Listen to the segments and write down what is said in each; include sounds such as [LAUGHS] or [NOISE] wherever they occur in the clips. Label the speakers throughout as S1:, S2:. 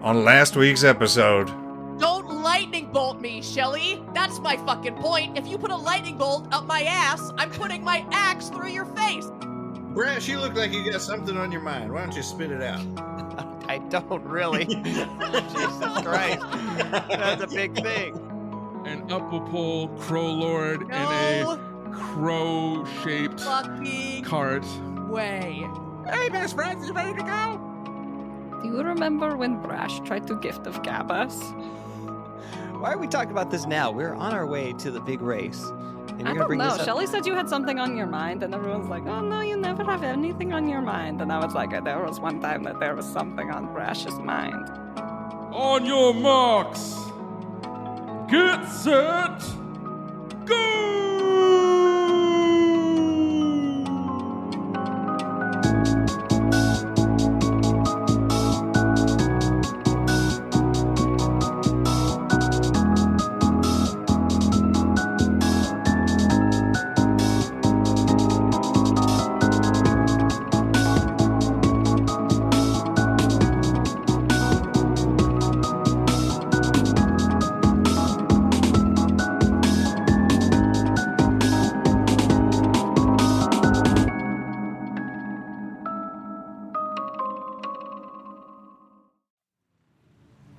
S1: on last week's episode.
S2: Don't lightning bolt me, Shelly. That's my fucking point. If you put a lightning bolt up my ass, I'm putting my axe through your face.
S3: Brash, you look like you got something on your mind. Why don't you spit it out?
S4: I don't
S5: [LAUGHS]
S4: really. Jesus Christ.
S3: [LAUGHS]
S4: That's a big thing.
S5: An upapole crow lord in a
S2: [LAUGHS] No
S5: crow shaped
S2: fucking
S5: cart.
S2: way.
S5: Hey, best friends, you ready to go?
S6: Do you remember when Brash tried to gift of gab us?
S4: Why are we talking about this now? We're on our way to the big race. And
S6: I
S4: you're gonna
S6: don't
S4: bring
S6: know.
S4: this up. [LAUGHS]
S6: Shelly said you had something on your mind, and everyone's like, oh no, you never have anything on your mind. And I was like, there was one time that there was something on Brash's mind.
S5: On your marks. Get set. Go!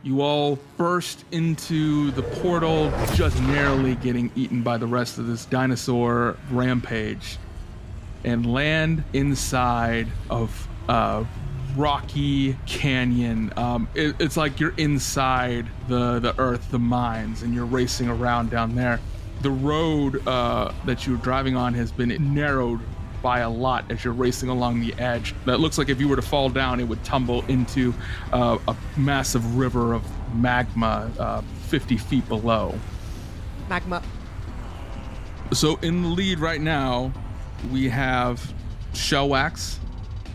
S5: You all burst into the portal, just narrowly getting eaten by the rest of this dinosaur rampage, and land inside of a rocky canyon. Um, it- it's like you're inside the, the earth, the mines, and you're racing around down there. The road uh, that you're driving on has been narrowed by a lot as you're racing along the edge. That looks like if you were to fall down, it would tumble into uh, a massive river of magma uh, 50 feet below.
S2: Magma.
S5: So, in the lead right now, we have Shellwax,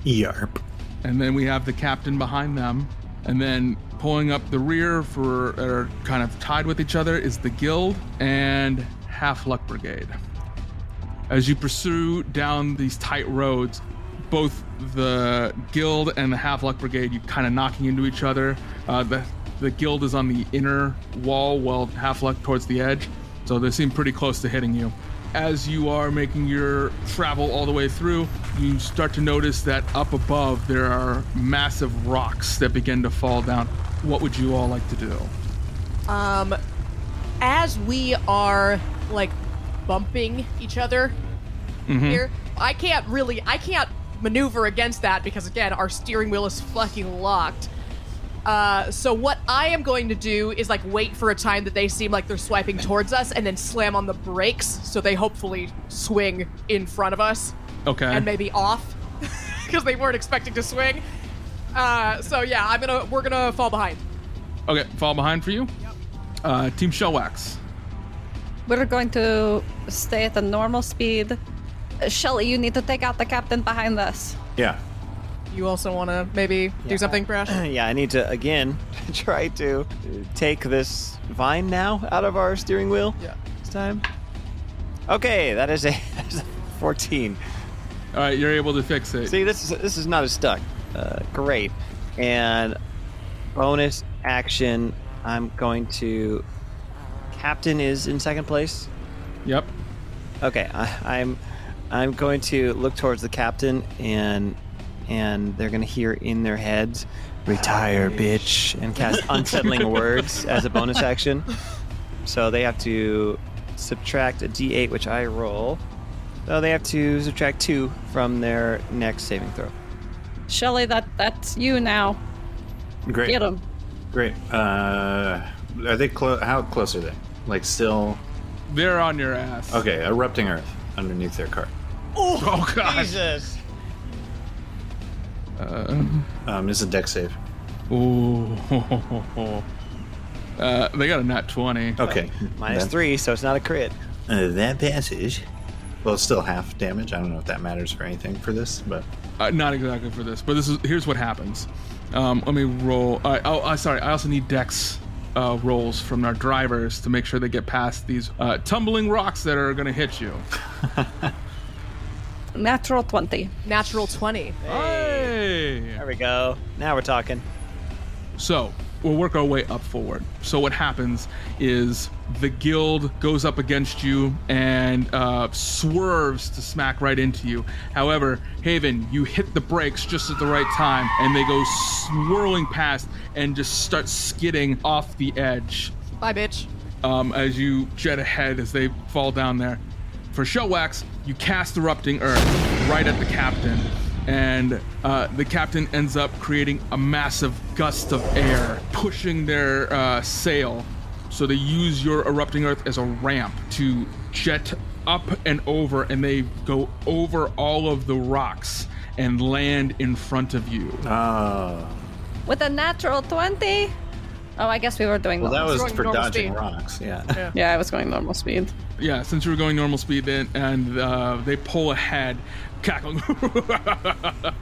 S7: Yarp.
S5: and then we have the captain behind them. And then pulling up the rear for, or kind of tied with each other, is the guild and Half Luck Brigade. As you pursue down these tight roads, both the guild and the Half Luck Brigade, you kind of knocking into each other. Uh, the the guild is on the inner wall, while Half Luck towards the edge, so they seem pretty close to hitting you. As you are making your travel all the way through, you start to notice that up above there are massive rocks that begin to fall down. What would you all like to do?
S2: Um, as we are like bumping each other here, I can't really, I can't maneuver against that because again, our steering wheel is fucking locked. Uh, so what I am going to do is like wait for a time that they seem like they're swiping towards us, and then slam on the brakes so they hopefully swing in front of us
S5: Okay.
S2: and maybe off [LAUGHS] because they weren't expecting to swing. Uh, so yeah, I'm gonna we're gonna fall behind.
S5: okay. Fall behind for you. Uh, Team Shellwax.
S6: We're going to stay at a normal speed. Uh, Shelly, you need to take out the captain behind us.
S3: Yeah.
S2: You also want to maybe do something, Brash?
S4: yeah, I need to again [LAUGHS] try to uh, take this vine now out of our steering wheel.
S2: Yeah.
S4: This time. Okay, that is a, [LAUGHS] that is a 14.
S5: All right, you're able to fix it.
S4: See, this is this is not as stuck. Uh, great. And bonus action, I'm going to. Captain is in second place.
S5: Yep.
S4: Okay, I, I'm I'm going to look towards the captain and and they're gonna hear in their heads, "Retire, bitch," and cast unsettling words as a bonus action. So they have to subtract a D8, which I roll. So they have to subtract two from their next saving throw.
S6: Shelly, that, that's you now.
S3: Great.
S6: Get him.
S3: Great. Uh, are they close? How close are they? Like still?
S5: They're on your ass.
S3: Okay, erupting Earth underneath their cart.
S5: [LAUGHS] Oh god. Uh,
S4: Jesus!
S3: Um, this is a deck save.
S5: Ooh. [LAUGHS] Uh, they got a nat 20.
S3: Okay.
S4: Minus
S3: That-
S4: three, so it's not a crit.
S3: Uh, that passes. Well, it's still half damage. I don't know if that matters for anything for this, but
S5: Uh, not exactly for this, but this is here's what happens. Um, let me roll. all right, oh, uh, sorry. I also need dex uh, rolls from our drivers to make sure they get past these uh, tumbling rocks that are going to hit you.
S6: Natural 20.
S2: Natural 20.
S5: Hey.
S4: There we go. Now we're talking.
S5: So, we'll work our way up forward. So what happens is the guild goes up against you and uh, swerves to smack right into you. However, Haven, you hit the brakes just at the right time, and they go swirling past and just start skidding off the edge
S2: Bye, bitch.
S5: um, as you jet ahead as they fall down there. For Shellwax, you cast Erupting Earth right at the captain, and uh, the captain ends up creating a massive gust of air, pushing their uh, sail. So they use your Erupting Earth as a ramp to jet up and over, and they go over all of the rocks and land in front of you.
S3: Ah.
S6: With a natural 20? Oh, I guess we were doing
S3: well, that
S6: normal
S3: was
S2: Throwing
S3: for
S2: normal
S3: dodging
S2: speed.
S3: rocks. Yeah.
S6: Yeah, I was going normal speed.
S5: Yeah, since you were going normal speed, then and uh, they pull ahead, cackling. [LAUGHS]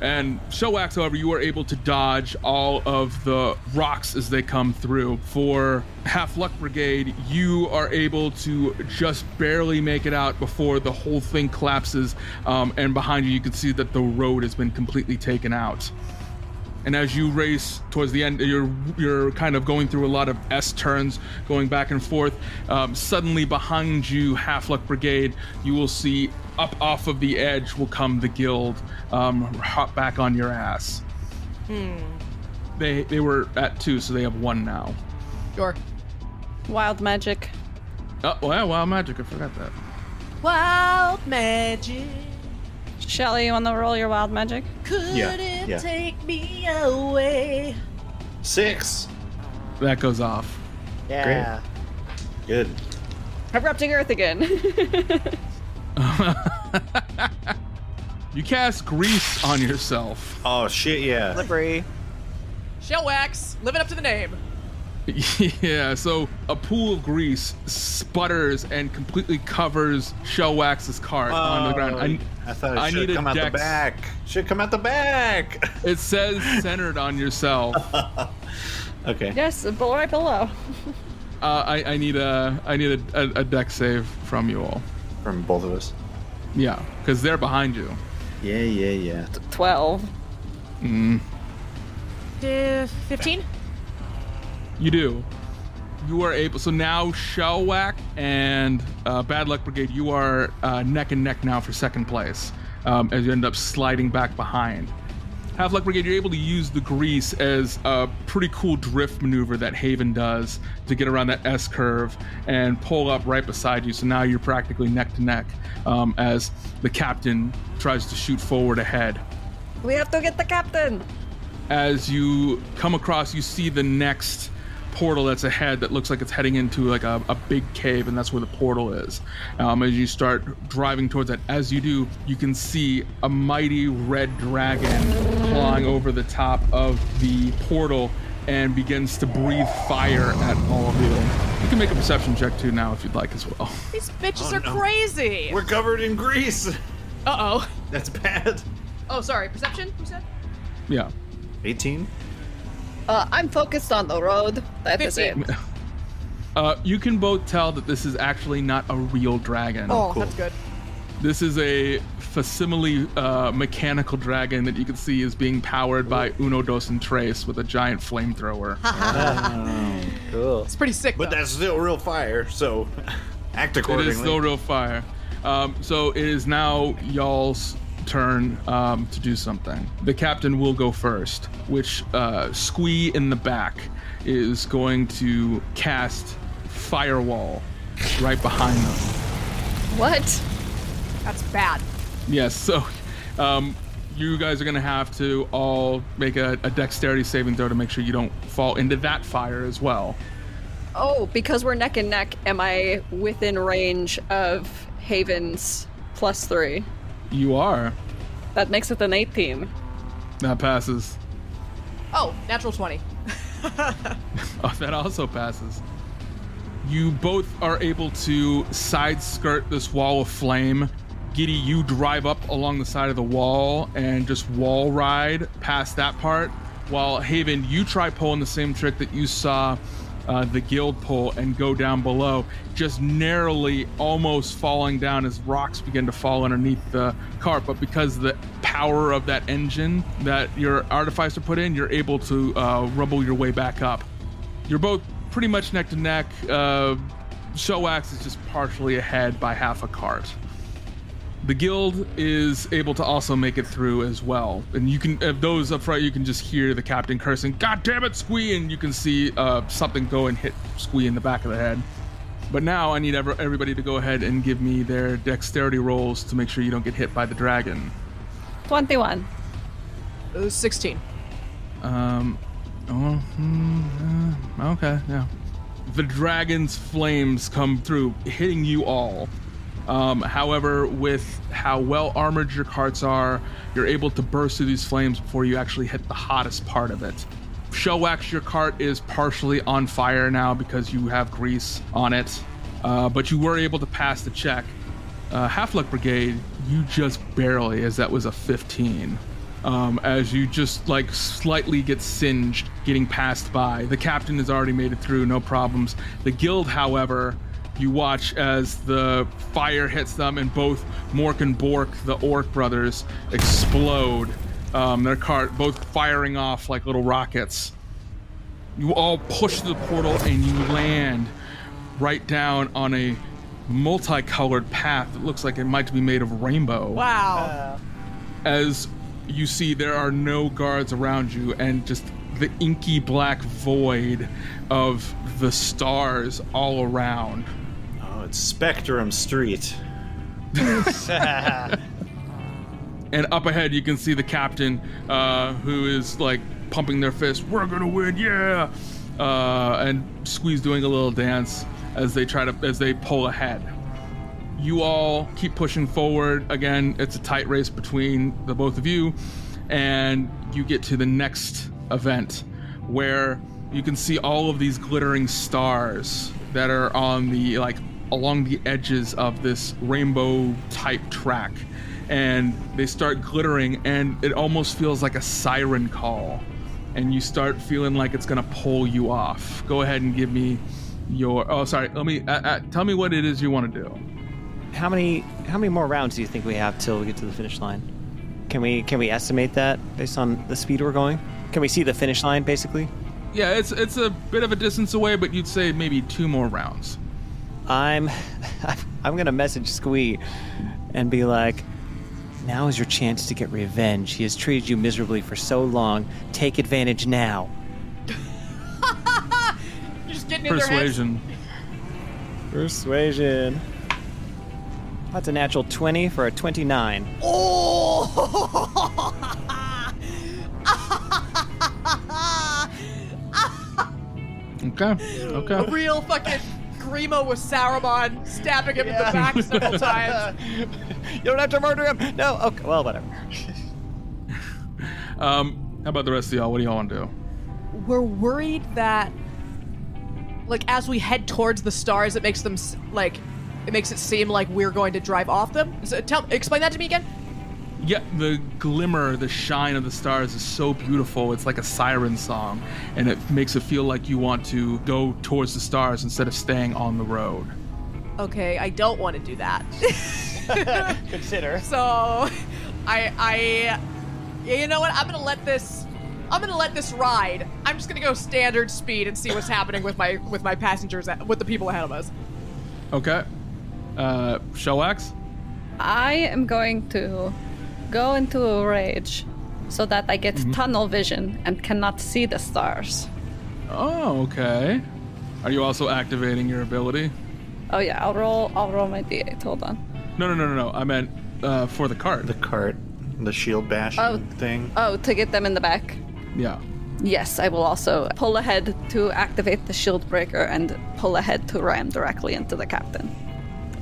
S5: and Shellwax, however, you are able to dodge all of the rocks as they come through. For Half Luck Brigade, you are able to just barely make it out before the whole thing collapses. Um, and behind you, you can see that the road has been completely taken out. And as you race towards the end, you're you're kind of going through a lot of S turns, going back and forth. Um, suddenly, behind you, Half Luck Brigade, you will see up off of the edge will come the guild, um, hop back on your ass. Hmm. They they were at two, so they have one now.
S2: Sure.
S6: Wild magic.
S5: Oh wow, wow, magic! I forgot that.
S2: Wild magic.
S6: Shelly, you want to roll your wild magic?
S2: Couldn't
S3: yeah.
S2: take me away.
S3: Six.
S5: That goes off.
S4: Yeah.
S3: Good.
S6: Erupting Earth again.
S5: You cast grease on yourself.
S3: Oh shit! Yeah.
S4: Slippery.
S2: Shellwax, live it up to the name.
S5: [LAUGHS] yeah, so a pool of grease sputters and completely covers Shellwax's cart on the ground. Oh, I,
S3: Oh, I thought it
S5: I
S3: should
S5: need a
S3: come out the
S5: dex.
S3: back. Should come out the back. [LAUGHS]
S5: It says centered on yourself. Uh,
S3: okay.
S6: [LAUGHS] yes, but right below.
S5: I, I need a I need a, a, a deck save from you all.
S3: From both of us.
S5: Yeah, because they're behind you.
S3: Yeah, yeah, yeah.
S6: 12.
S2: Fifteen.
S5: You do. You are able. So now Shellwack and uh, Bad Luck Brigade, you are uh, neck and neck now for second place um, as you end up sliding back behind. Half Luck Brigade, you're able to use the grease as a pretty cool drift maneuver that Haven does to get around that S curve and pull up right beside you. So now you're practically neck to neck um, as the captain tries to shoot forward ahead
S6: We have to get the captain.
S5: as you come across you see the next portal that's ahead that looks like it's heading into like a, a big cave and that's where the portal is um, as you start driving towards that as you do you can see a mighty red dragon clawing over the top of the portal and begins to breathe fire at all of you you can make a perception check too now if you'd like as well [LAUGHS]
S2: These bitches
S3: Oh,
S2: are
S3: no.
S2: crazy.
S3: We're covered in grease. [LAUGHS]
S2: Uh oh.
S3: That's bad.
S2: Oh, sorry. Perception. You said.
S5: yeah
S3: 18.
S6: Uh, I'm focused on the road. That is it.
S2: 15.
S5: uh, you can both tell that this is actually not a real dragon
S2: Oh,
S3: cool.
S2: that's good.
S5: This is a facsimile uh, mechanical dragon that you can see is being powered by Uno Dos and Tres with a giant flamethrower.
S4: Cool.
S2: It's pretty sick.
S3: But
S2: though.
S3: that's still real fire, so [LAUGHS] act
S5: it
S3: accordingly.
S5: is still real fire. Um, so it is now y'all's turn um, to do something. The captain will go first, which uh, Squee in the back is going to cast Firewall right behind them.
S6: What?
S2: that's bad.
S5: Yes, so um, you guys are going to have to all make a, a dexterity saving throw to make sure you don't fall into that fire as well.
S6: Oh, because we're neck and neck, am I within range of Haven's plus three?
S5: You are.
S6: That makes it an 18.
S5: That passes.
S2: Oh, natural twenty.
S5: [LAUGHS] Oh, that also passes. You both are able to side skirt this wall of flame. Giddy, you drive up along the side of the wall and just wall ride past that part. While Haven, you try pulling the same trick that you saw uh, the guild pole and go down below, just narrowly almost falling down as rocks begin to fall underneath the cart. But because of the power of that engine that your artificer put in, you're able to uh, rumble your way back up. You're both pretty much neck to neck. Uh, Showax is just partially ahead by half a cart. The guild is able to also make it through as well, and you can. If those up front, you can just hear the captain cursing, "God damn it, Squee!" and you can see uh, something go and hit Squee in the back of the head. But now I need ever, everybody to go ahead and give me their dexterity rolls to make sure you don't get hit by the dragon.
S6: 21.
S2: Uh, 16.
S5: Um. Oh. hmm, uh, okay. Yeah. The dragon's flames come through, hitting you all. Um, however, with how well armored your carts are, you're able to burst through these flames before you actually hit the hottest part of it. Shellwax, your cart is partially on fire now because you have grease on it, uh, but you were able to pass the check. Uh, Half-Luck Brigade, you just barely, as that was a 15 um, as you just like slightly get singed getting passed by. The captain has already made it through, no problems. The guild, however, you watch as the fire hits them, and both Mork and Bork, the orc brothers, explode. Um, their cart, both firing off like little rockets. You all push through the portal and you land right down on a multicolored path that looks like it might be made of rainbow
S3: Uh,
S2: Wow.
S5: as you see there are no guards around you and just the inky black void of the stars all around.
S3: Oh, it's Spectrum Street.
S5: And up ahead, you can see the captain uh, who is like pumping their fist, We're gonna win, yeah! Uh, and Squeeze doing a little dance as they try to, as they pull ahead. you all keep pushing forward. Again, it's a tight race between the both of you, and you get to the next event where you can see all of these glittering stars that are on the like along the edges of this rainbow type track and they start glittering and it almost feels like a siren call and you start feeling like it's gonna pull you off go ahead and give me your oh sorry let me uh, uh, tell me what it is you want to do
S4: How many how many more rounds do you think we have till we get to the finish line? Can we can we estimate that based on the speed we're going? Can we see the finish line basically?
S5: Yeah, it's it's a bit of a distance away, but you'd say maybe two more rounds.
S4: I'm [LAUGHS] I'm gonna message Squee and be like, now is your chance to get revenge. He has treated you miserably for so long. Take advantage now.
S2: You're just getting
S5: Persuasion.
S4: Persuasion. That's a natural 20 for a 29.
S2: in their heads. [LAUGHS] Oh!
S5: Okay. [LAUGHS]
S2: A
S5: Okay.
S2: real fucking Grimo with Saruman stabbing him in the back several times.
S4: you don't have to murder him. No. Okay. Well, whatever.
S5: Um, how about the rest of y'all? What do y'all want to do?
S2: We're worried that, like, as we head towards the stars, it makes them s- like, it makes it seem like we're going to drive off them. So tell, explain that to me again.
S5: Yeah, the glimmer, the shine of the stars is so beautiful. It's like a siren song, and it makes it feel like you want to go towards the stars instead of staying on the road.
S2: Okay, I don't want to do that.
S4: Consider.
S2: So, I, I, yeah, you know what? I'm gonna let this. I'm gonna let this ride. I'm just gonna go standard speed and see what's happening with my with my passengers, with the people ahead of us.
S5: Okay. Uh, Shellax?
S6: I am going to go into a rage so that I get tunnel vision and cannot see the stars.
S5: Oh, okay. Are you also activating your ability?
S6: Oh yeah, I'll roll I'll roll my D8. Hold on.
S5: No, no, no, no, no. I meant uh, for the card.
S3: The cart, the shield bashing
S6: Oh.
S3: thing.
S6: Oh, to get them in the back.
S5: Yeah.
S6: Yes, I will also pull ahead to activate the shield breaker and pull ahead to ram directly into the captain.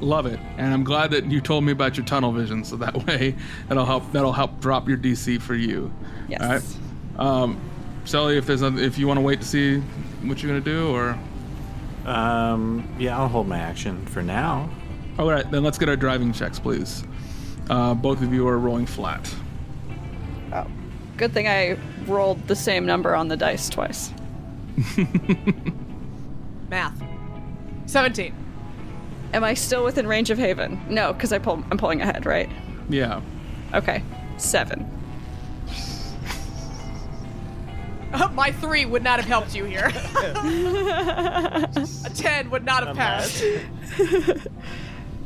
S5: Love it, and I'm glad that you told me about your tunnel vision, so that [LAUGHS] way that'll help. That'll help drop your DC for you.
S6: Yes.
S5: Um, Sally, if there's nothing, if you want to wait to see what you're gonna do, or
S3: Um, yeah, I'll hold my action for now.
S5: all right, then let's get our driving checks, please. Uh, both of you are rolling flat.
S6: Oh. Good thing I rolled the same number on the dice twice.
S2: Math. 17.
S6: Am I still within range of Haven? No, because I pull. I'm pulling ahead, right?
S5: Yeah.
S6: Okay, seven.
S2: [LAUGHS] My three would not have helped
S7: [LAUGHS]
S2: you here. A 10 would not have passed.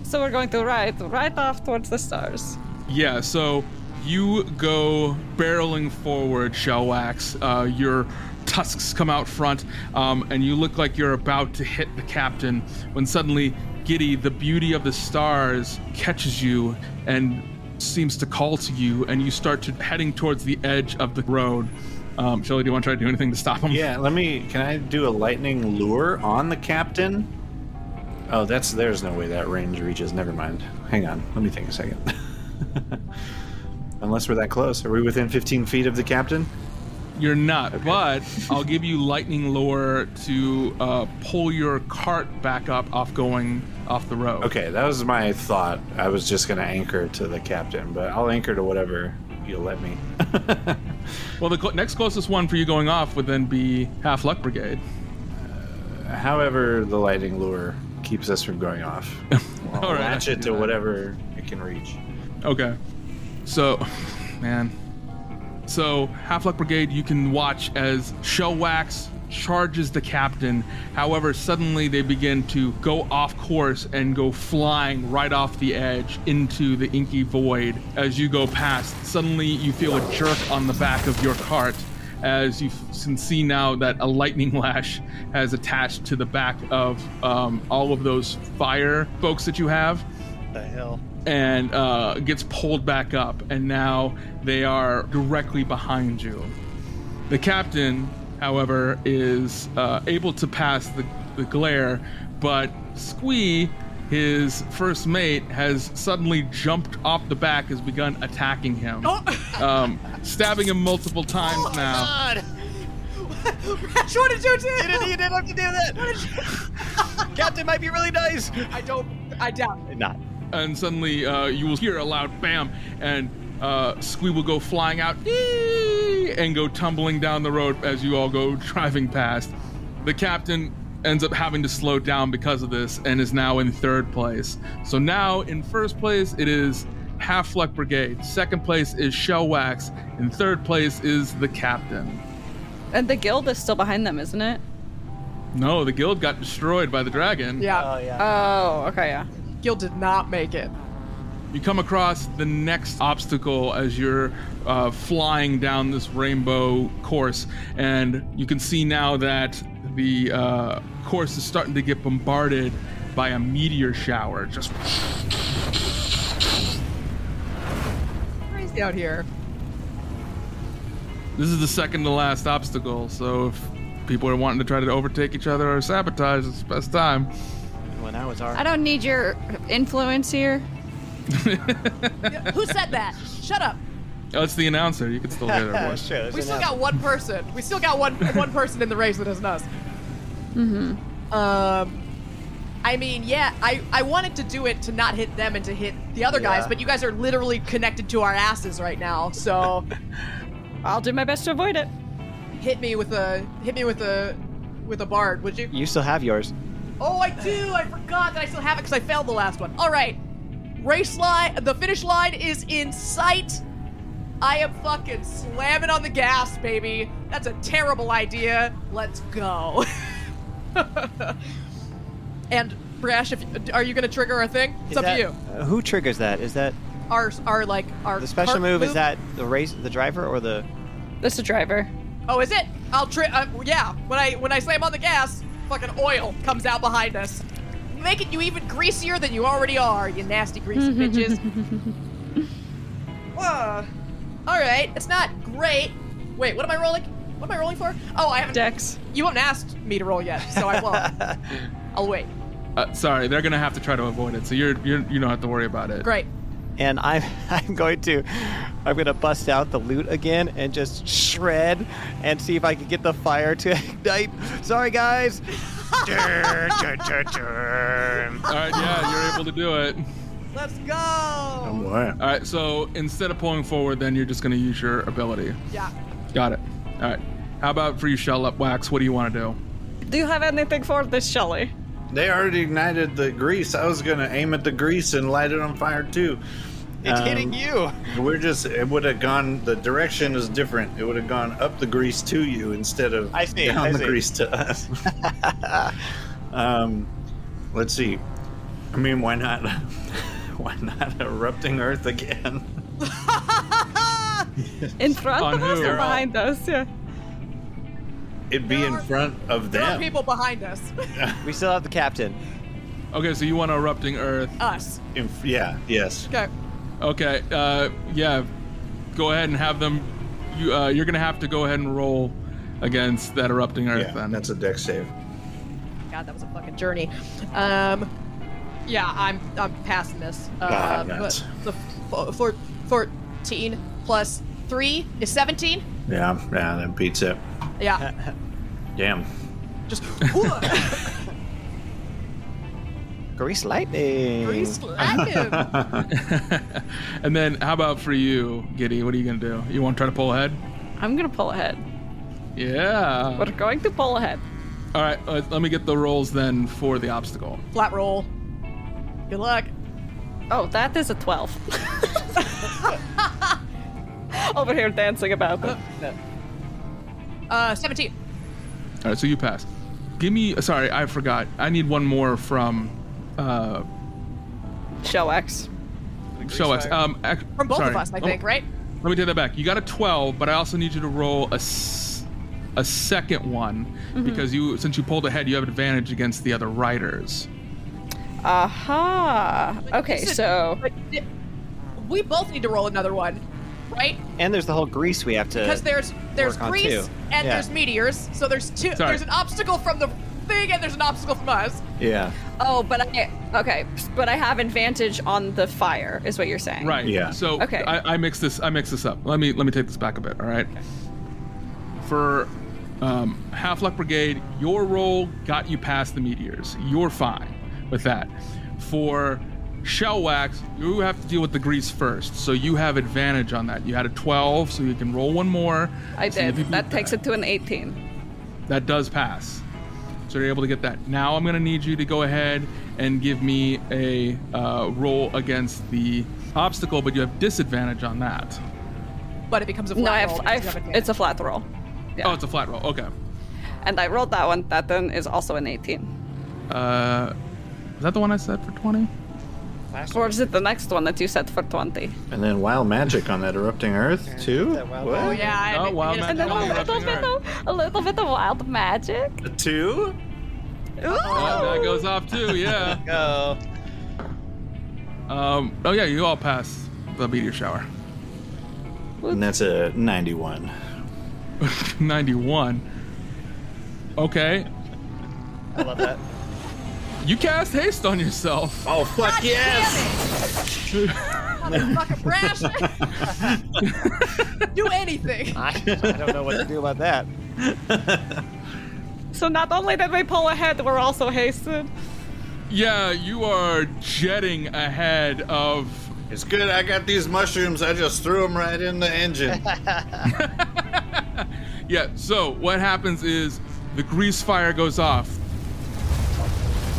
S6: So we're going to right, right off towards the stars.
S5: Yeah, so you go barreling forward, Shellwax. Uh, your tusks come out front, um, and you look like you're about to hit the captain when suddenly Giddy, the beauty of the stars, catches you and seems to call to you, and you start to heading towards the edge of the road. Um, Shelly, do you want to try to do anything to stop him?
S3: Yeah, let me. Can I do a lightning lure on the captain? Oh, that's there's no way that range reaches. Never mind. Hang on. Let me think a second. [LAUGHS] Unless we're that close, are we within 15 feet of the captain?
S5: You're not, but I'll give you lightning lore to uh, pull your cart back up off going off the road.
S3: Okay, that was my thought. I was just gonna anchor to the captain, but I'll anchor to whatever you'll let me. [LAUGHS]
S5: Well, the cl- next closest one for you going off would then be Half Luck Brigade.
S3: However, the lightning lure keeps us from going off. I'll
S5: [LAUGHS] All right.
S3: latch it to whatever it can reach.
S5: Okay. So, [LAUGHS] man. So, Half Luck Brigade, you can watch as Shellwax charges the captain. However, suddenly they begin to go off course and go flying right off the edge into the inky void. As you go past, suddenly you feel a jerk on the back of your cart. As you f- can see now that a lightning [LAUGHS] lash has attached to the back of um, all of those fire folks that you have
S4: The hell.
S5: and uh, gets pulled back up, and now they are directly behind you. The captain, however, is uh, able to pass the, the glare, but Squee, his first mate, has suddenly jumped off the back, has begun attacking him, um, stabbing him multiple times
S2: Oh,
S5: now.
S7: God!
S2: Rash, what did you do?
S7: You didn't have to do that! [LAUGHS] Captain might be really nice!
S2: I don't. I doubt. it.
S4: Not.
S5: and suddenly uh, you will hear a loud bam, and uh, Squee will go flying out "Eee!" and go tumbling down the road as you all go [LAUGHS] driving past. The captain ends up having to slow down because of this and is now in third place. So now in first place it is Half Luck Brigade, second place is Shell Wax, and third place is the captain.
S6: And the guild is still behind them, isn't it?
S5: No, the guild got destroyed by the dragon.
S2: Yeah.
S6: Oh, okay, yeah.
S2: Gil did not make it.
S5: You come across the next obstacle as you're uh, flying down this rainbow course, and you can see now that the uh, course is starting to get bombarded by a meteor shower. Just
S2: Crazy out here.
S5: this is the second to last obstacle, so if people are wanting to try to overtake each other or sabotage, it's the best time.
S4: When I was our.
S6: I don't need your influence here.
S2: Who said that? Shut up.
S5: Oh, it's the announcer. You can still hear their
S4: [LAUGHS]
S5: voice.
S7: Sure,
S2: We still got one person. We still got one one person in the race that isn't us. Mm-hmm. Um, I mean, yeah, I I wanted to do it to not hit them and to hit the other guys,
S4: Yeah.
S2: but you guys are literally connected to our asses right now. So
S6: I'll do my best to avoid it.
S2: hit me with a hit me with a with a bard, would you?
S4: You still have yours.
S2: Oh, I do. I forgot that I still have it because I failed the last one. All right, race line. The finish line is in sight. I am fucking slamming on the gas, baby. That's a terrible idea. Let's go. [LAUGHS] and Brash, if, are you gonna trigger a thing? It's
S4: Is
S2: up
S4: that-
S2: to you.
S4: uh, who triggers that? Is that
S2: Our our like our
S4: the special
S2: cart
S4: move? Is that the race, the driver, or the?
S6: This is driver.
S2: Oh, is it? I'll tri. Uh, yeah, when I when I slam on the gas, fucking oil comes out behind us, making you even greasier than you already are. You nasty [LAUGHS] greasy bitches. Whoa. All right, it's not great. Wait, what am I rolling? What am I rolling for? Oh, I haven't.
S6: Dex.
S2: You haven't asked me to roll yet, so I [LAUGHS] won't. I'll wait.
S5: Uh, sorry, they're gonna have to try to avoid it, so you're, you're you don't have to worry about it.
S2: Great.
S4: And I'm [LAUGHS] I'm going to I'm gonna bust out the loot again and just shred and see if I can get the fire to [LAUGHS] ignite. Sorry guys.
S5: All right. Yeah, you're able to do it.
S2: Let's go.
S3: What?
S5: All right. So instead of pulling forward, then you're just gonna use your ability.
S2: Yeah.
S5: Got it. All right. How about for you, Shell Up Wax? What do you want to do?
S6: Do you have anything for this, Shelly?
S3: They already ignited the grease. I was gonna aim at the grease and light it on fire too.
S7: It's
S4: Um,
S7: hitting you.
S3: We're just it would have gone the direction is different. It would have gone up the grease to you instead of
S7: I see,
S3: down
S7: I
S3: the
S7: see.
S3: grease to us. [LAUGHS] um, let's see. I mean, why not? [LAUGHS] why not erupting Earth again?
S6: In front
S5: On
S6: of us
S5: who?
S6: or behind us? Yeah.
S3: It'd be
S2: There
S3: in
S2: are-
S3: front of
S2: There are
S3: them.
S2: people behind us.
S4: We still have the captain.
S5: Okay, so you want erupting Earth.
S2: us.
S3: In- yeah. Yes.
S2: Okay.
S5: Okay, uh, yeah. Go ahead and have them. You, uh, you're going to have to go ahead and roll against that erupting Earth
S3: Yeah.
S5: then.
S3: That's a deck save.
S2: God, that was a fucking journey. Um, yeah, I'm I'm passing this. Uh,
S3: Ah,
S2: but
S3: nuts.
S2: the f- four- 14 plus three is seventeen.
S3: Yeah. Yeah. That beats it.
S2: Yeah,
S4: [LAUGHS]
S3: Damn.
S2: just
S4: Grease lightning.
S2: Three slap him.
S5: and then how about for you, Giddy? What are you going to do? You want to try to pull ahead?
S6: I'm gonna pull ahead.
S5: Yeah.
S6: We're going to pull ahead.
S5: All right, uh, let me get the rolls then for the obstacle.
S2: Flat roll. Good luck.
S6: Oh, that is a 12. [LAUGHS] Over here dancing about it.
S2: Uh, seventeen.
S5: All right, so you pass. Give me. Sorry, I forgot. I need one more from uh,
S6: Show X.
S5: Shoex. Um, ac-
S2: From both
S5: sorry.
S2: of us, I
S5: Oh,
S2: think, right?
S5: Let me take that back. You got a 12, but I also need you to roll a, s- a second one
S2: Mm-hmm.
S5: because you, since you pulled ahead, you have advantage against the other riders.
S6: Aha. Okay,
S2: Listen,
S6: so
S2: but di- we both need to roll another one, right?
S4: And there's the whole grease we have to.
S2: Because there's there's
S4: Uh, work on
S2: grease
S4: two.
S2: and
S4: Yeah.
S2: there's meteors, so there's two.
S5: Sorry.
S2: There's an obstacle from the thing, and there's an obstacle from us.
S4: Yeah.
S6: Oh, but I okay, but I have advantage on the fire, is what you're saying.
S5: Right.
S3: Yeah.
S5: So
S6: Okay.
S5: I, I mix this. I mix this up. Let me let me take this back a bit. All right. For um, Half Luck Brigade, your roll got you past the meteors. You're fine with that. For Shell Wax, you have to deal with the grease first, so you have advantage on that. You had a 12, so you can roll one more.
S6: I
S5: See if
S6: did.
S5: you beat
S6: That takes it to an 18.
S5: That does pass. So you're able to get that. Now I'm going to need you to go ahead and give me a uh, roll against the obstacle, but you have disadvantage on that.
S2: But it becomes a flat
S6: No, I
S2: roll.
S6: have,
S2: because you
S6: I
S2: have
S6: have,
S2: advantage.
S6: it's a flat roll. Yeah.
S5: Oh, it's a flat roll. Okay.
S6: and I rolled that one. That then is also an 18.
S5: Uh, is that the one I said for 20?
S6: Or is it the next one that you said for 20?
S3: And then wild magic on that erupting Earth too.
S4: that wild
S3: What?
S2: Oh yeah. I
S5: Oh,
S2: admit-
S5: wow,
S2: it is-
S5: man.
S6: And then a
S5: Oh, yeah.
S6: little bit of a little bit of wild magic.
S3: A two?
S6: Oh.
S5: That, Oh, that goes off
S4: [LAUGHS]
S5: too, yeah.
S7: Go.
S5: Um, oh, yeah, you all pass the meteor shower. [LAUGHS]
S3: And that's a ninety-one.
S5: 91. Okay.
S7: I love
S4: [LAUGHS]
S7: that.
S5: You cast haste on yourself.
S3: Oh fuck yes!
S2: Fucking brash.
S4: [LAUGHS]
S2: [LAUGHS] Do anything.
S4: I, I don't know what to do about that.
S6: So not only did we pull ahead, we're also hasted.
S5: Yeah, you are jetting ahead of
S3: It's good. I got these mushrooms. I just threw them right in the engine.
S5: Yeah, so what happens is the grease fire goes off.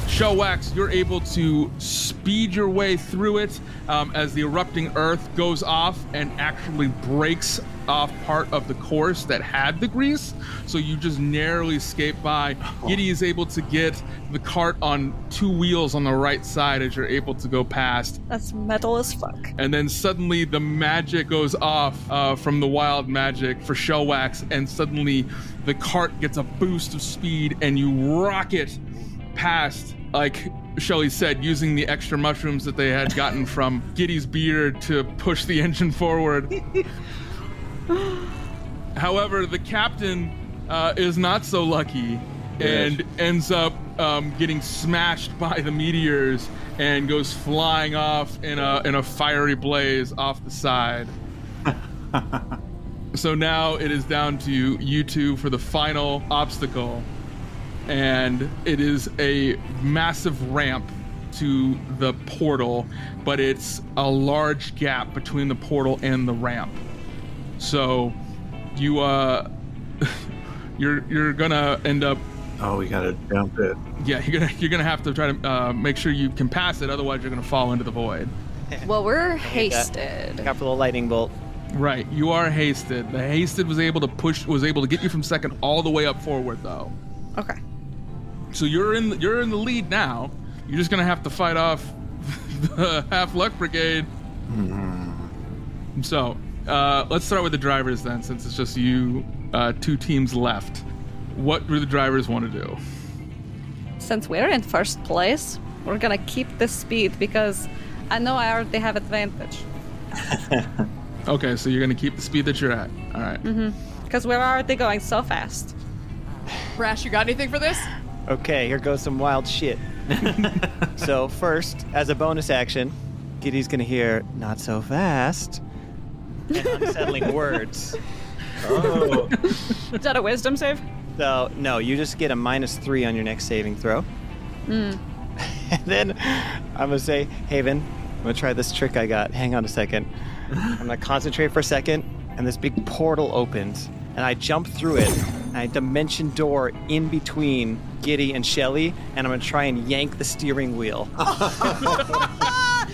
S5: Shell Wax, you're able to speed your way through it um, as the erupting earth goes off and actually breaks off part of the course that had the grease. So you just narrowly escape by. Giddy is able to get the cart on two wheels on the right side as you're able to go past
S6: That's metal as fuck.
S5: and then suddenly the magic goes off uh, from the wild magic for shell wax and suddenly the cart gets a boost of speed and you rocket past like Shelly said, using the extra mushrooms that they had gotten from Giddy's beard to push the engine forward. However, the captain uh, is not so lucky and ends up um, getting smashed by the meteors and goes flying off in a in a fiery blaze off the side. so now it is down to you two for the final obstacle, and it is a massive ramp to the portal, but it's a large gap between the portal and the ramp. [LAUGHS] So you uh you're you're gonna end up
S3: Oh, we gotta dump it.
S5: Yeah, [LAUGHS] you're gonna you're gonna have to try to uh, make sure you can pass it, otherwise you're gonna fall into the void.
S6: Well, we're hasted.
S4: Got for the lightning bolt.
S5: Right, you are hasted. The hasted was able to push was able to get you from second all the way up forward though.
S6: Okay.
S5: So you're in the, you're in the lead now. You're just gonna have to fight off [LAUGHS] the half luck brigade. So uh, let's start with the drivers then, since it's just you uh, two teams left. What do the drivers want to do?
S6: Since we're in first place, we're gonna keep the speed because I know I already have advantage.
S5: Okay, so you're gonna keep the speed that you're at. All right.
S6: Because we're already going so fast.
S2: Brash, you got anything for this?
S4: Okay, here goes some wild shit. so first, as a bonus action, Giddy's gonna hear "not so fast" and unsettling words.
S3: Oh,
S6: [LAUGHS] Is that a wisdom save?
S4: So no, you just get a minus three on your next saving throw. and [LAUGHS] then I'm gonna say, Haven, I'm gonna try this trick I got. Hang on a second. I'm gonna concentrate for a second, and this big portal opens, and I jump through it, and I dimension door in between Giddy and Shelly, and I'm gonna try and yank the steering [LAUGHS] wheel.
S2: you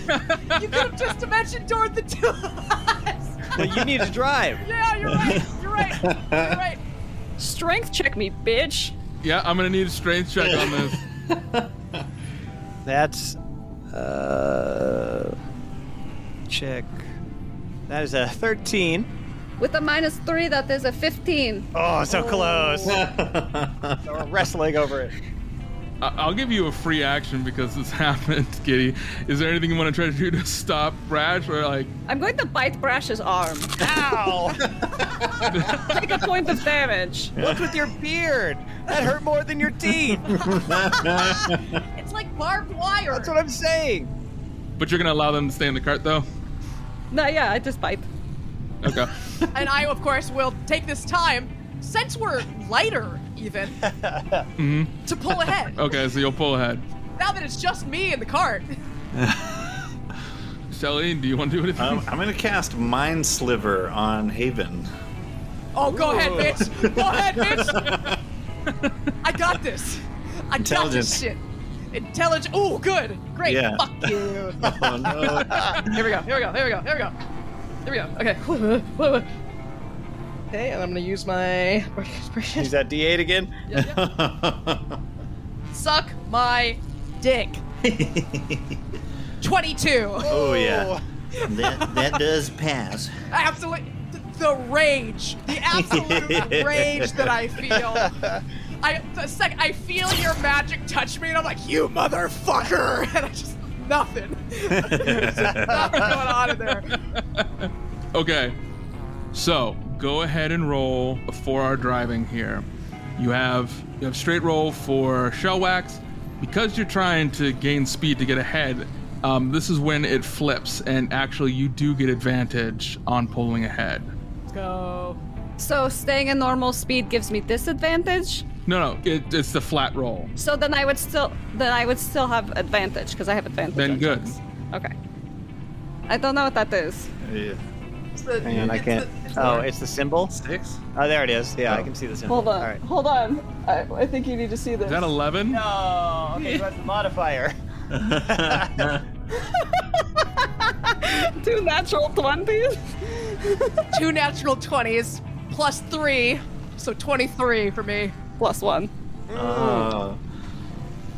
S2: could have just mentioned toward [LAUGHS] the two of us.
S4: but you need to drive.
S2: Yeah, you're right. You're right. You're right.
S6: Strength check me, bitch.
S5: Yeah, I'm gonna need a strength check on this.
S4: That's uh check. That is a 13.
S6: With a minus three, that is a 15.
S4: Oh, so close. We're wrestling over it.
S5: I- I'll give you a free action because this [LAUGHS] happened, Giddy. Is there anything you want to try to do to stop Brash or like?
S6: I'm going to bite Brash's [LAUGHS] arm. Ow! Take a point of damage.
S4: What's with your beard? That hurt more than your teeth.
S2: It's like barbed wire.
S4: That's what I'm saying.
S5: But you're gonna allow them to stay in the cart though.
S6: No, yeah, I just bite.
S5: Okay.
S2: and I, of course, will take this time, since we're lighter
S4: [LAUGHS]
S2: even,
S4: Mm-hmm.
S2: to pull ahead.
S4: Oh.
S5: Okay, so you'll pull ahead.
S2: Now that it's just me in the cart,
S5: Shelly, do you want to do anything?
S3: um, I'm gonna cast Mind Sliver on Haven.
S2: oh, go ahead, bitch. Go ahead, bitch.
S3: [LAUGHS]
S2: I got this. I got
S3: Intelligence.
S2: this shit. Intelligent. Oh, good. Great.
S3: Yeah. [LAUGHS]
S2: Fuck you.
S3: [LAUGHS] Oh no!
S2: Here we go. Here we go. Here we go. Here we go. Here we go. Okay. Okay, and I'm gonna use my
S4: Is that D8 again?
S2: suck my
S3: [LAUGHS]
S2: dick. Twenty-two.
S3: oh yeah.
S8: That that does pass.
S2: absolute th- the rage, the absolute rage that I feel. I the sec I feel your magic touch me, and I'm like, you motherfucker, [LAUGHS] and I just nothing. [LAUGHS] There's just nothing going on in there.
S5: Okay. So go ahead and roll a four-hour driving here. You have you have straight roll for shell wax because you're trying to gain speed to get ahead. Um, this is when it flips, and actually you do get advantage on pulling ahead.
S2: Go.
S6: So staying at normal speed gives me disadvantage.
S5: No, no, it, it's the flat roll.
S6: So then I would still then I would still have advantage because I have advantage.
S5: Then
S6: on
S5: good.
S6: checks. Okay. I don't know what that is.
S3: yeah.
S2: It's the-
S4: Hang on, I
S2: it's
S4: can't.
S2: the- it's
S4: Oh, it's the symbol?
S3: Six.
S4: Oh, there it is. Yeah, I can see the symbol.
S6: Hold on.
S4: All right.
S6: Hold on. I, I think you need to see this.
S5: Is that eleven?
S4: Oh, okay, so that's the modifier.
S6: Two natural twenties.
S2: the two natural twenties plus three, so twenty-three for me.
S6: Plus one.
S3: Oh.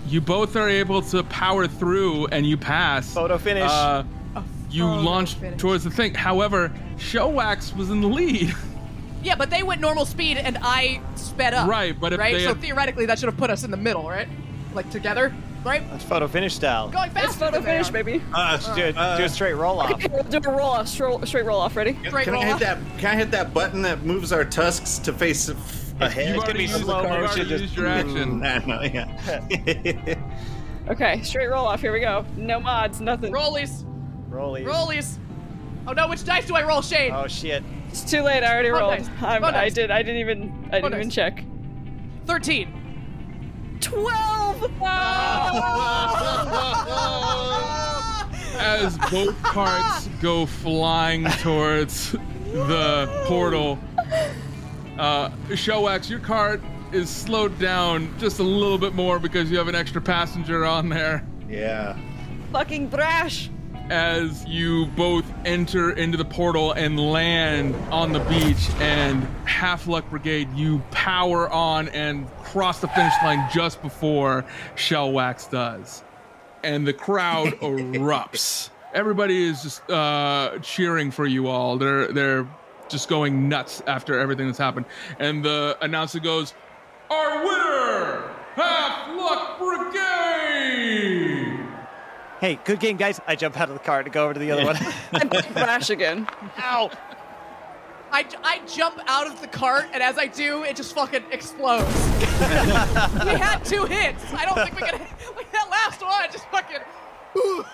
S5: You both are able to power through and you pass.
S4: Photo finish. Oh.
S5: Uh, you
S2: photo
S5: launch
S2: finish.
S5: towards the thing. However, Shellwax was in the lead. [LAUGHS]
S2: Yeah, but they went normal speed, and I sped up.
S5: Right, but if
S2: right,
S5: they
S2: so
S5: had-
S2: theoretically that should have put us in the middle, right? Like together, right?
S4: That's photo finish style.
S2: Going fast.
S6: It's photo finish, baby.
S3: Uh,
S4: Do, a- do a straight roll off.
S5: Uh,
S6: Okay, we'll [LAUGHS] do a roll off, straight, straight roll off. Ready?
S2: Straight
S3: can I
S2: roll
S3: hit
S2: up.
S3: that? Can I hit that button that moves our tusks to face f- ahead?
S5: You've already
S4: be
S5: used,
S4: slow
S5: you've already
S4: motion, just-
S5: used your action.
S3: mm, [LAUGHS] I know, yeah. [LAUGHS]
S6: Okay, straight roll off. Here we go. No mods, nothing.
S2: Rollies.
S4: Rollies.
S2: Rollies. Oh no, which dice do I roll, Shane?
S4: Oh, shit.
S6: It's too late. I already
S2: Roll
S6: rolled.
S2: dice.
S6: I'm,
S2: Roll
S6: I
S2: dice.
S6: did. I didn't even. I didn't
S2: Roll
S6: even
S2: dice.
S6: check.
S2: 13. [LAUGHS]
S6: Twelve.
S5: As both carts go flying towards the portal, uh, Shellwax, your cart is slowed down just a little bit more because you have an extra passenger on there.
S3: Yeah.
S6: Fucking brash.
S5: as you both enter into the portal and land on the beach and half luck brigade you power on and cross the finish line just before shell wax does and the crowd erupts everybody is just uh, cheering for you all they're they're just going nuts after everything that's happened and the announcer goes our winner half luck brigade
S4: Hey, good game, guys. I jump out of the car to go over to the other one. [LAUGHS]
S6: I'm brash again.
S4: Ow!
S2: [LAUGHS] I, I jump out of the cart, and as I do, it just fucking
S4: [LAUGHS]
S2: explodes. we had two hits. I don't think [LAUGHS] we can. Like that last one, just fucking.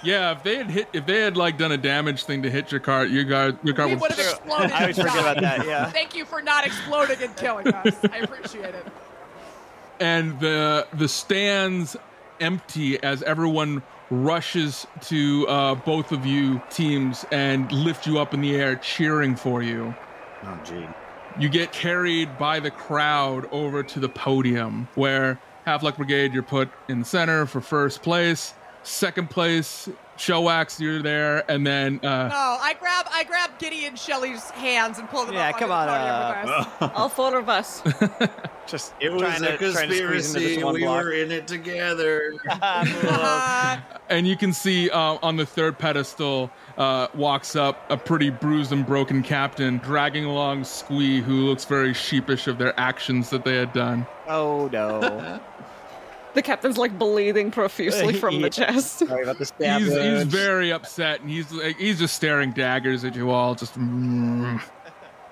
S5: Yeah, if they had hit, if they had like done a damage thing to hit your cart, your guard, your cart
S2: It would
S5: would.
S2: have exploded.
S4: I always
S2: and
S4: forget about
S2: died.
S4: that, yeah.
S2: Thank you for not exploding and killing us. I appreciate it.
S5: And the the stands empty as everyone rushes to uh, both of you teams and lift you up in the air, cheering for you.
S3: Oh, gee.
S5: You get carried by the crowd over to the podium where Half Luck Brigade, you're put in the center for first place. Second place, Shellwax, you're there, and then uh,
S2: No, Oh, I grab I grab Giddy and Shelly's hands and pull them
S4: Yeah,
S2: up.
S4: come
S2: onto the
S4: on uh,
S2: podium with
S4: [LAUGHS]
S2: us.
S6: All four of us.
S4: Just
S3: It was
S4: trying
S3: a
S4: to, trying to squeeze into
S3: conspiracy.
S4: this one
S3: We
S4: block.
S3: were in it together.
S2: Uh,
S5: and you can see uh, on the third pedestal uh, walks up a pretty bruised and broken captain dragging along squee who looks very sheepish of their actions that they had done
S4: Oh
S3: [LAUGHS]
S4: no!
S6: The captain's like bleeding profusely from the chest. [LAUGHS]
S4: Sorry about the stab
S5: he's, he's
S4: wound.
S5: very upset and he's like he's just staring daggers at you all just mm.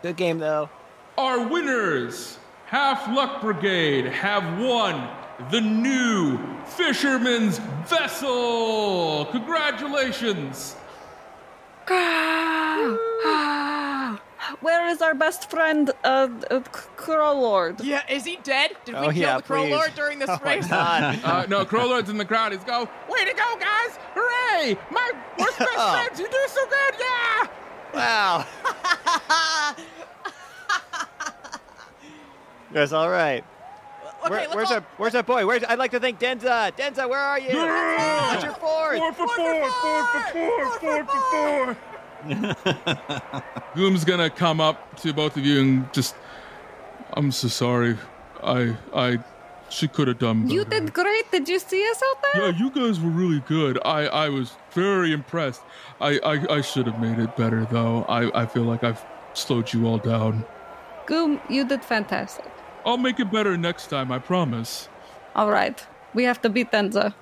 S4: Good game though.
S5: our winners half luck brigade have won the new fisherman's vessel congratulations
S6: Where is our best friend, uh, uh C- Crow Lord?
S2: yeah, is he dead? Did we
S4: Oh,
S2: kill
S4: yeah,
S2: the Crow
S4: please. Oh,
S2: Lord during this race?
S4: God.
S5: Uh, no, Crowlord's in the crowd. He's go, way to go, guys! Hooray! My worst best friends, you do so good, yeah!
S4: Wow. That's all right.
S2: okay,
S4: Where-
S2: let's
S4: where's
S2: all-
S4: our Where's our boy? Where's I'd like to thank Denza. Denza, where are you? What's your fourth?
S5: for four, four for four, four for four. Goom's gonna come up to both of you and just, I'm so sorry. I, I, she could have done better.
S6: You did great. Did you see us out there?
S5: Yeah, you guys were really good. I, I was very impressed. I, I, I should have made it better though. I, I feel like I've slowed you all down.
S6: Goom, you did fantastic.
S5: I'll make it better next time. I promise.
S6: All right. We have to beat Denza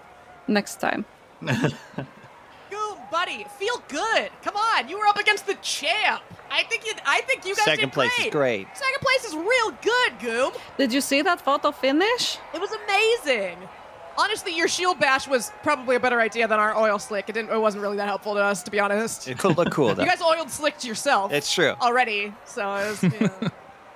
S6: next time.
S2: Goom, buddy, feel good. Come on, you were up against the champ. I think you. I think you guys
S4: Second
S2: did
S4: place is great.
S2: Second place is real good, Goom.
S6: Did you see that photo finish?
S2: It was amazing. Honestly, your shield bash was probably a better idea than our oil slick. It didn't. It wasn't really that helpful to us, to be honest.
S4: It could look cool though.
S2: you guys oiled slicked yourself.
S4: It's true.
S2: already. So it was, you
S4: [LAUGHS]
S2: know.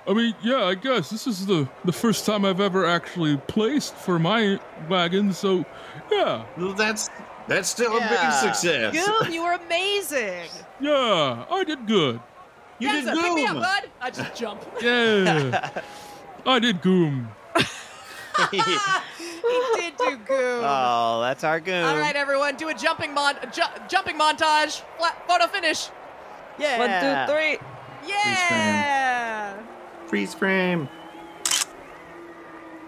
S5: I mean, yeah, I guess this is the the first time I've ever actually placed for my wagon, so yeah,
S3: Well, that's that's still
S4: Yeah.
S3: a big success.
S2: Goom, you were amazing.
S5: yeah, I did good.
S3: You did
S2: Denza, pick me up,
S3: good.
S2: bud. I just jump.
S5: Yeah, I did goom.
S2: [LAUGHS] he did do Goom.
S4: oh, that's our goon.
S2: All right, everyone, do a jumping mon- a ju- jumping montage. Flat photo finish.
S4: Yeah.
S6: One, two, three.
S2: Yeah.
S3: Freeze frame.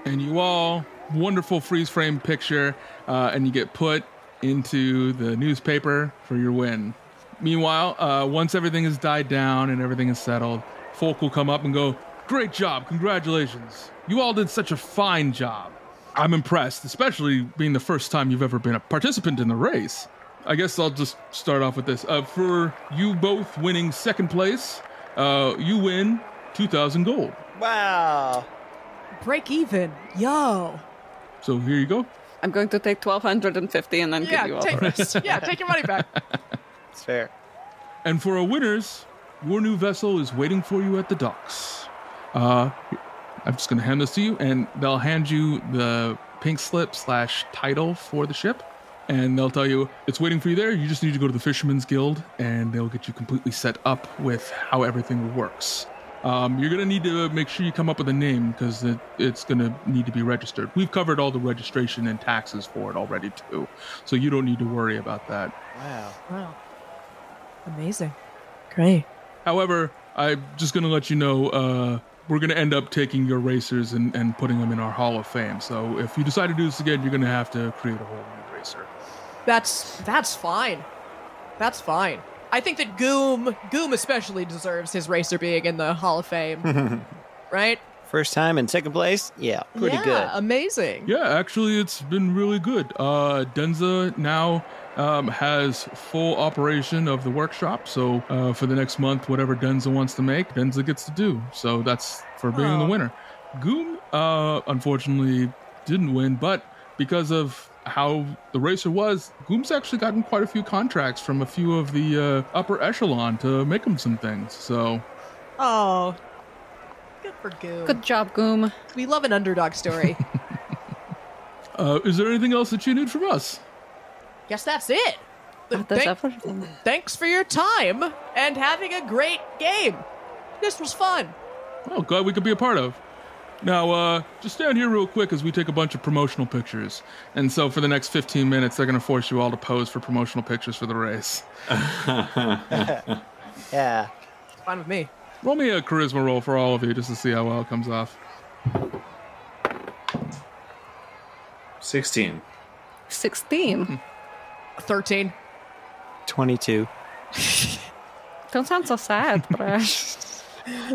S5: And you all, wonderful freeze frame picture, uh, and you get put into the newspaper for your win. Meanwhile, uh, once everything has died down and everything is settled, folk will come up and go, Great job, congratulations. You all did such a fine job. I'm impressed, especially being the first time you've ever been a participant in the race. I guess I'll just start off with this. Uh, for you both winning second place, uh, you win 2,000 gold.
S4: Wow.
S2: Break even. Yo.
S5: So here you go.
S6: I'm going to take 1250 and then give you
S2: Yeah,
S6: all
S2: take,
S6: the rest.
S2: [LAUGHS] yeah, take your money
S6: [LAUGHS]
S2: back.
S4: It's fair.
S5: And for our winners, your new vessel is waiting for you at the docks. Uh, I'm just going to hand this to you, and they'll hand you the pink slip slash title for the ship. And they'll tell you it's waiting for you there. You just need to go to the Fisherman's Guild, and they'll get you completely set up with how everything works. Um, you're going to need to make sure you come up with a name because it, it's going to need to be registered. We've covered all the registration and taxes for it already, too. So you don't need to worry about that.
S4: Wow.
S2: Wow. Amazing. Great.
S5: However, I'm just going to let you know uh, we're going to end up taking your racers and, and putting them in our Hall of Fame. So if you decide to do this again, you're going to have to create a whole new racer.
S2: That's that's fine. That's fine. I think that Goom Goom especially deserves his racer being in the Hall of Fame.
S6: [LAUGHS]
S2: right?
S4: First time in second place? Yeah, pretty
S2: yeah,
S4: good.
S2: Amazing.
S5: Yeah, actually, it's been really good. Uh, Denza now um, has full operation of the workshop. So uh, for the next month, whatever Denza wants to make, Denza gets to do. So that's for being the
S2: Oh.
S5: winner. Goom, uh, unfortunately, didn't win, but because of how the racer was, Goom's actually gotten quite a few contracts from a few of the uh, upper echelon to make him some things. So
S2: Oh. Good for Goom.
S6: Good job, Goom.
S2: We love an underdog
S6: [LAUGHS]
S2: story.
S5: uh, is there anything else that you need from us?
S2: Guess Oh, that's it.
S6: That's
S2: Thank-
S6: everything.
S2: thanks for your time and having a great game. This was fun.
S5: Oh, glad we could be a part of. Now, uh, just stand here real quick as we take a bunch of promotional pictures. And so for the next 15 minutes, they're going to force you all to pose for promotional pictures for the race.
S4: yeah.
S2: Fine with me.
S5: Roll me a charisma roll for all of you just to see how well it comes off.
S3: 16.
S6: 16.
S2: 13.
S4: [LAUGHS] 22.
S6: Don't sound so sad, bruh.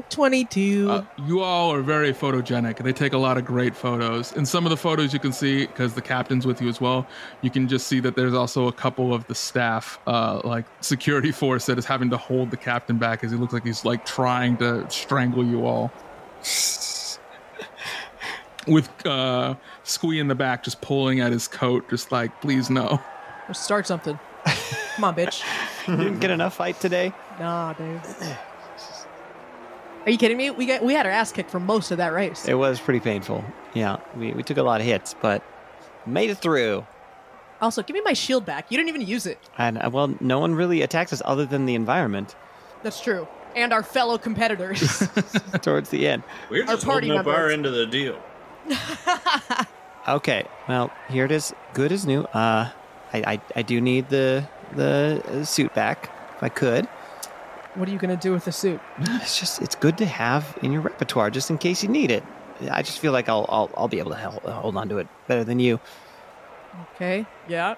S2: 22.
S5: Uh, you all are very photogenic. They take a lot of great photos. And some of the photos you can see, because the captain's with you as well, you can just see that there's also a couple of the staff, uh, like security [LAUGHS] force, that is having to hold the captain back as he looks like he's like trying to strangle you all. [LAUGHS] with uh, Squee in the back just pulling at his coat, just like, please no.
S2: Let's start something. Come on, bitch.
S4: You didn't get enough fight today?
S2: [LAUGHS] Nah, dude. Are you kidding me? We got we had our ass kicked for most of that race.
S4: It was pretty painful. Yeah, we, we took a lot of hits, but made it through.
S2: Also, give me my shield back. You didn't even use it.
S4: And uh, well, no one really attacks us other than the environment
S2: That's true. And our fellow competitors.
S4: towards the end.
S8: We're
S2: Our
S8: just
S2: party
S8: holding up our
S2: members.
S8: end of the deal.
S4: Okay, well, here it is. Good as new. Uh, I, I, I do need the the uh, suit back if I could.
S2: [LAUGHS] what are you gonna do with the suit?
S4: It's just it's good to have in your repertoire just in case you need it. I just feel like I'll I'll, I'll be able to hel- uh, hold on to it better than you.
S2: Okay. Yeah.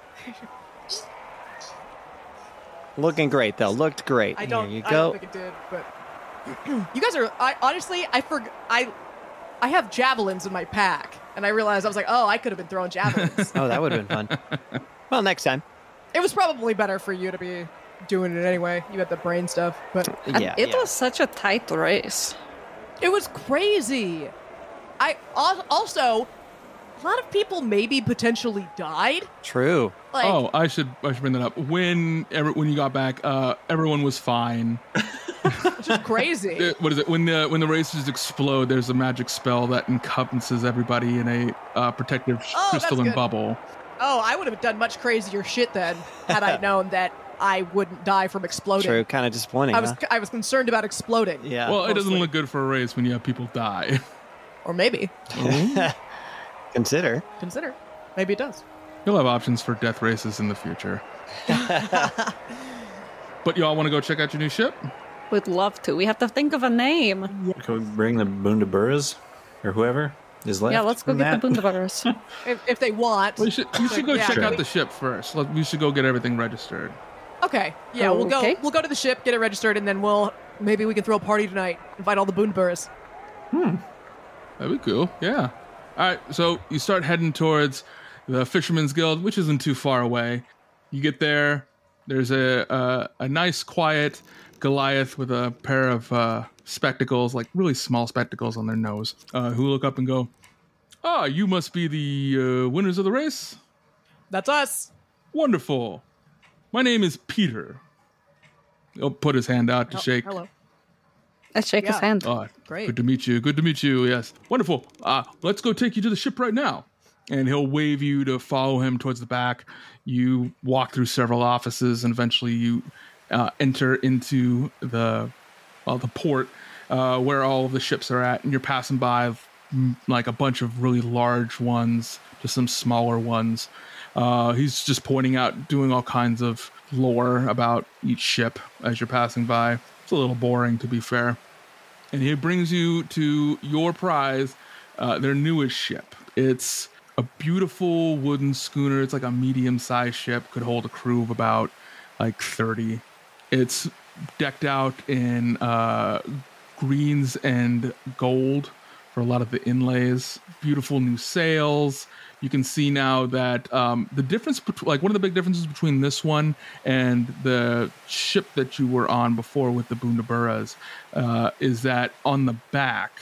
S4: Looking great though. Looked great.
S2: I don't.
S4: Here you
S2: I don't
S4: go.
S2: think it did. But [CLEARS THROAT] you guys are. I honestly, I forg I, I have javelins in my pack, and I realized I was like, oh, I could have been throwing javelins.
S4: [LAUGHS] Oh, that would have
S2: [LAUGHS]
S4: been fun. well, next time.
S2: it was probably better for you to be doing it anyway. You had the brain stuff, but
S6: And
S4: Yeah.
S6: it
S4: yeah.
S6: was such a tight race.
S2: It was crazy. I al- also a lot of people maybe potentially died.
S4: true.
S2: Like
S5: oh, I should I should bring that up. When every, when you got back, uh, everyone was fine.
S4: [LAUGHS]
S2: just crazy.
S5: Uh, what is it when the when the racers explode there's a magic spell that encompasses everybody in a uh, protective
S2: Oh, that's
S5: crystalline
S2: good.
S5: bubble
S2: oh, I would have done much crazier shit then had
S4: [LAUGHS]
S2: I known that I wouldn't die from exploding.
S4: True. Kind of disappointing.
S2: I was
S4: huh?
S2: I was concerned about exploding.
S4: Yeah.
S5: well it doesn't
S2: mostly.
S5: look good for a race when you have people die [LAUGHS]
S2: Or maybe
S4: consider.
S2: consider. Maybe it does.
S5: you'll have options for death races in
S2: [LAUGHS]
S5: the future but y'all want to go check out your new ship
S6: We'd love to. We have to think of a name.
S3: Can we bring the Bundaburras or whoever is left?
S6: yeah, let's go
S3: from
S6: get the
S3: that?
S4: [LAUGHS]
S6: Bundavirus.
S2: If, if they want.
S5: we should,
S2: [LAUGHS]
S5: we should go
S2: Yeah.
S5: check
S2: Sure.
S5: out the ship first Let- we should go get everything registered
S2: Okay. Yeah, we'll go
S6: Okay.
S2: we'll go to the ship, get it registered, and then we'll maybe we can throw a party tonight. Invite all the Boonburrs.
S5: that'd be cool yeah all right so you start heading towards the fisherman's guild which isn't too far away You get there. There's a a, a nice, quiet Goliath with a pair of uh, spectacles, like really small spectacles on their nose, uh, who look up and go, "Ah, you must be the uh, winners of the race.
S2: That's us.
S5: Wonderful. My name is Peter." He'll put his hand out to shake.
S2: Hello.
S6: Let's shake his
S2: Yeah.
S6: hand.
S4: Oh.
S5: Ah,
S2: Great.
S5: Good to meet you. Good to meet you. Yes. Wonderful. Uh, let's go take you to the ship right now. And he'll wave you to follow him towards the back. You walk through several offices and eventually you uh, enter into the, well, the port uh, where all of the ships are at, and you're passing by mm, like a bunch of really large ones to some smaller ones. Uh, he's just pointing out, doing all kinds of lore about each ship as you're passing by. It's a little boring, to be fair and he brings you to your prize, uh, their newest ship. It's a beautiful wooden schooner. It's like a medium-sized ship, could hold a crew of about like 30. It's decked out in uh, greens and gold for a lot of the inlays. Beautiful new sails. You can see now that um, the difference, between, like one of the big differences between this one and the ship that you were on before with the Bundaburras, uh, is that on the back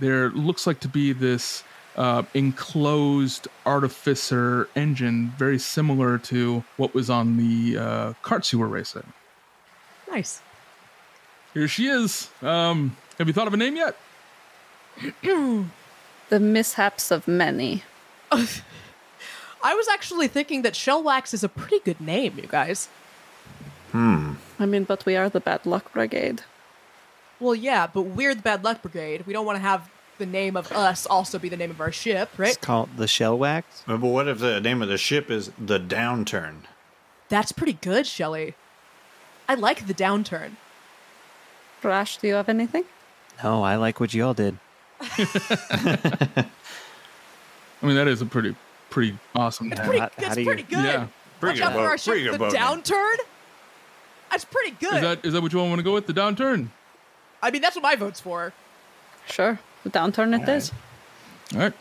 S5: there looks like to be this uh, enclosed artificer engine, very similar to what was on the uh, carts you were racing.
S2: Nice.
S5: Here she is. Um, have you thought of a name yet?
S6: The mishaps of many.
S2: I was actually thinking that Shellwax is a pretty good name, you guys.
S6: I mean, but we are the bad luck brigade.
S2: Well, yeah, but we're the Bad Luck Brigade. We don't want to have the name of us also be the name of our ship, right?
S4: It's called the shell wax.
S3: Uh, But what if the name of the ship is the Downturn?
S2: That's pretty good, Shelly. I like the downturn.
S6: Rash, do you have anything?
S4: No, Oh, I like what y'all did.
S5: I mean, that is a pretty, pretty awesome name.
S2: Pretty,
S4: how- how
S2: that's
S4: do you-
S2: pretty good.
S5: Yeah.
S2: Watch
S1: good
S2: out for
S1: boat-
S2: our ship,
S1: pretty good
S2: the
S1: boat name.
S2: downturn. That's pretty
S5: Is
S2: good.
S5: that is that what you want to go with? The downturn.
S2: I mean, that's what my vote's for.
S6: Sure. The downturn it is.
S5: All right.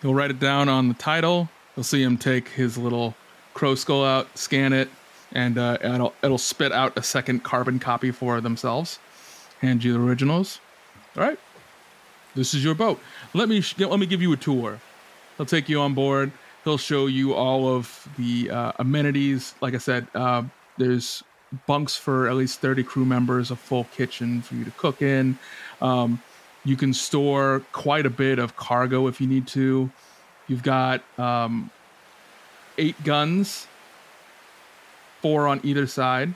S5: He'll write it down on the title. You'll see him take his little crow skull out, scan it, and uh, it'll it'll spit out a second carbon copy for themselves. Hand you the originals. All right. This is your boat. Let me sh- let me give you a tour. He'll take you on board. He'll show you all of the uh, amenities. Like I said, uh, there's bunks for at least 30 crew members, a full kitchen for you to cook in. Um, you can store quite a bit of cargo if you need to. You've got um, eight guns, four on either side.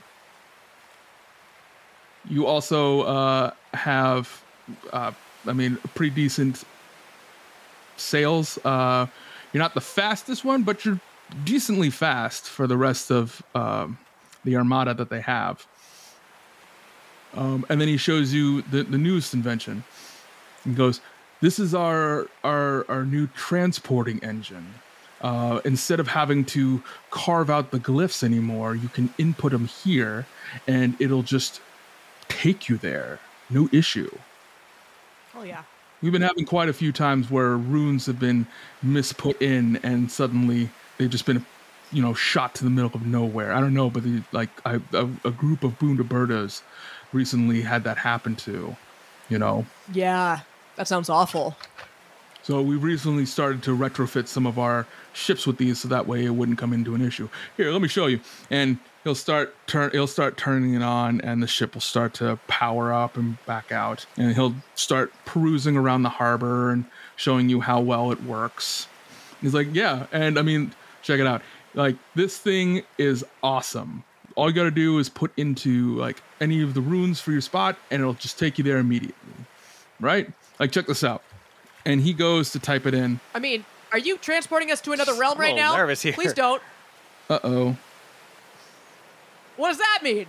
S5: You also uh, have, uh, I mean, pretty decent sales. Uh, you're not the fastest one, but you're decently fast for the rest of um, the armada that they have. Um, and then he shows you the, the newest invention and goes, "This is our our our new transporting engine. Uh, instead of having to carve out the glyphs anymore, you can input them here, and it'll just take you there. No issue."
S2: Oh yeah.
S5: We've been having quite a few times where runes have been misput in, and suddenly they've just been, you know, shot to the middle of nowhere. I don't know, but the, like I, a, a group of Bundabertas recently had that happen to, you know.
S2: Yeah. That sounds awful.
S5: So we recently started to retrofit some of our ships with these, so that way it wouldn't come into an issue. Here, let me show you. And he'll start turn. He'll start turning it on, and the ship will start to power up and back out. And he'll start perusing around the harbor and showing you how well it works. He's like, yeah, and I mean, check it out. Like this thing is awesome. All you gotta do is put into like any of the runes for your spot, and it'll just take you there immediately. Right? Like, check this out and he goes to type it in.
S2: I mean, are you transporting us to another realm
S4: I'm a
S2: right
S4: little
S2: now?
S4: nervous here.
S2: Please don't.
S5: Uh oh.
S2: What does that mean?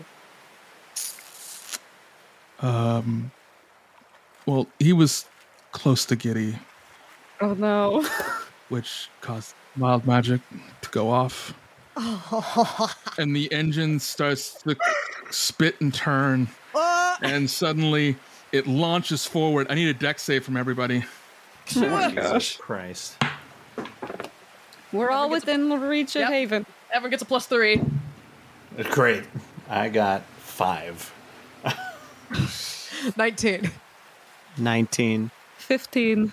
S5: Well, he was close to giddy,
S6: Oh no.
S5: which caused wild magic to go off. and the engine starts to spit and turn. And suddenly it launches forward. I need a deck save from everybody.
S3: Christ.
S6: [LAUGHS] We're all within reach of
S2: Yep.
S6: Haven.
S2: Everyone gets a plus three.
S3: Great. I got five.
S2: 19.
S4: 19.
S6: 15.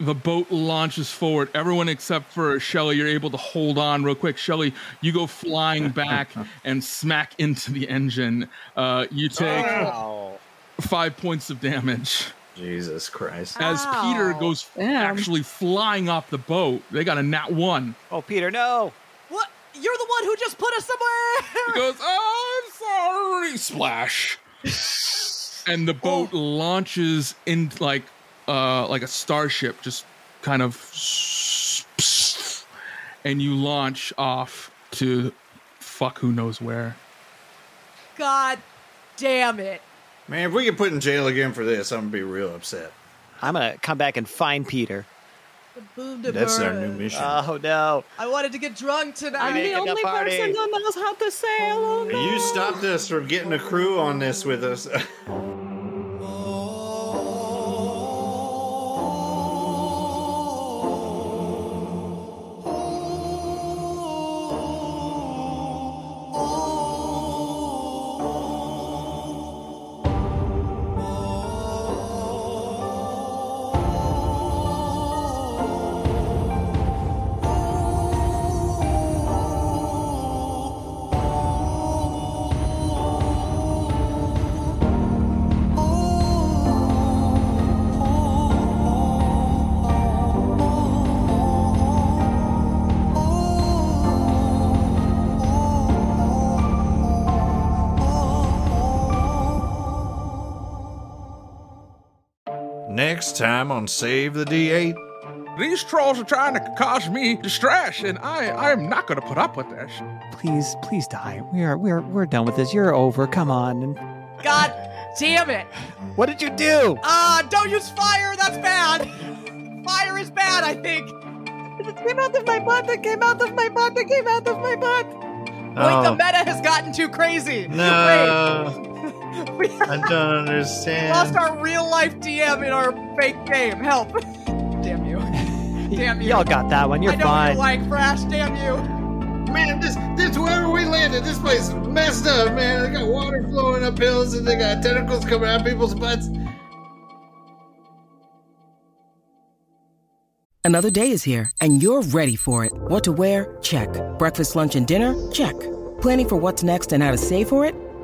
S5: The boat launches forward. Everyone except for Shelly, you're able to hold on real quick. Shelly, you go flying back and smack into the engine. Uh, you take five points of damage.
S3: Jesus Christ.
S5: As
S2: Ow.
S5: Peter goes
S6: Damn.
S5: actually flying off the boat, they got a nat one.
S4: Oh, Peter, no.
S2: What? You're the one who just put us
S5: He
S2: somewhere!
S5: goes, oh, I'm sorry, splash. and the boat launches in like uh like a starship just kind of and you launch off to fuck who knows where
S2: [LAUGHS] God damn it.
S1: Man, if we get put in jail again for this, I'm gonna be real upset.
S4: I'm gonna come back and find Peter.
S2: The boom to
S3: That's our new
S2: burn.
S3: mission.
S1: Uh,
S4: Oh no!
S2: I wanted to get drunk
S6: I'm
S2: tonight.
S6: the
S4: Making a
S6: only
S4: party.
S6: person who knows how to sail. Oh, no.
S1: You stopped us from getting a crew on this with us. [LAUGHS] Next time on Save the D8.
S5: these trolls are trying to cause me distress and i i am not gonna put up with this
S4: Please, please die. We are, we are, we're done with this. You're over. Come on.
S2: God damn it.
S4: What did you do?
S2: Ah, don't use fire. That's bad. Fire is bad, I think.
S6: It came out of my butt. It came out of my butt. It came out of my butt.
S2: Like the
S1: Oh,
S2: meta has gotten too crazy.
S1: no,
S3: [LAUGHS]
S2: Wait, we
S1: I don't understand.
S2: lost our real life DM in our fake game. Help. [LAUGHS] Damn you. Damn you.
S4: Y'all got that one. You're
S2: I don't
S4: fine.
S2: feel like Crash. Damn you.
S1: Man, this this wherever we landed, this place is messed up, man. They got water flowing up hills and they got tentacles coming out of people's butts.
S9: Another day is here, and you're ready for it. What to wear? Check. Breakfast, lunch, and dinner? Check. Planning for what's next and how to save for it?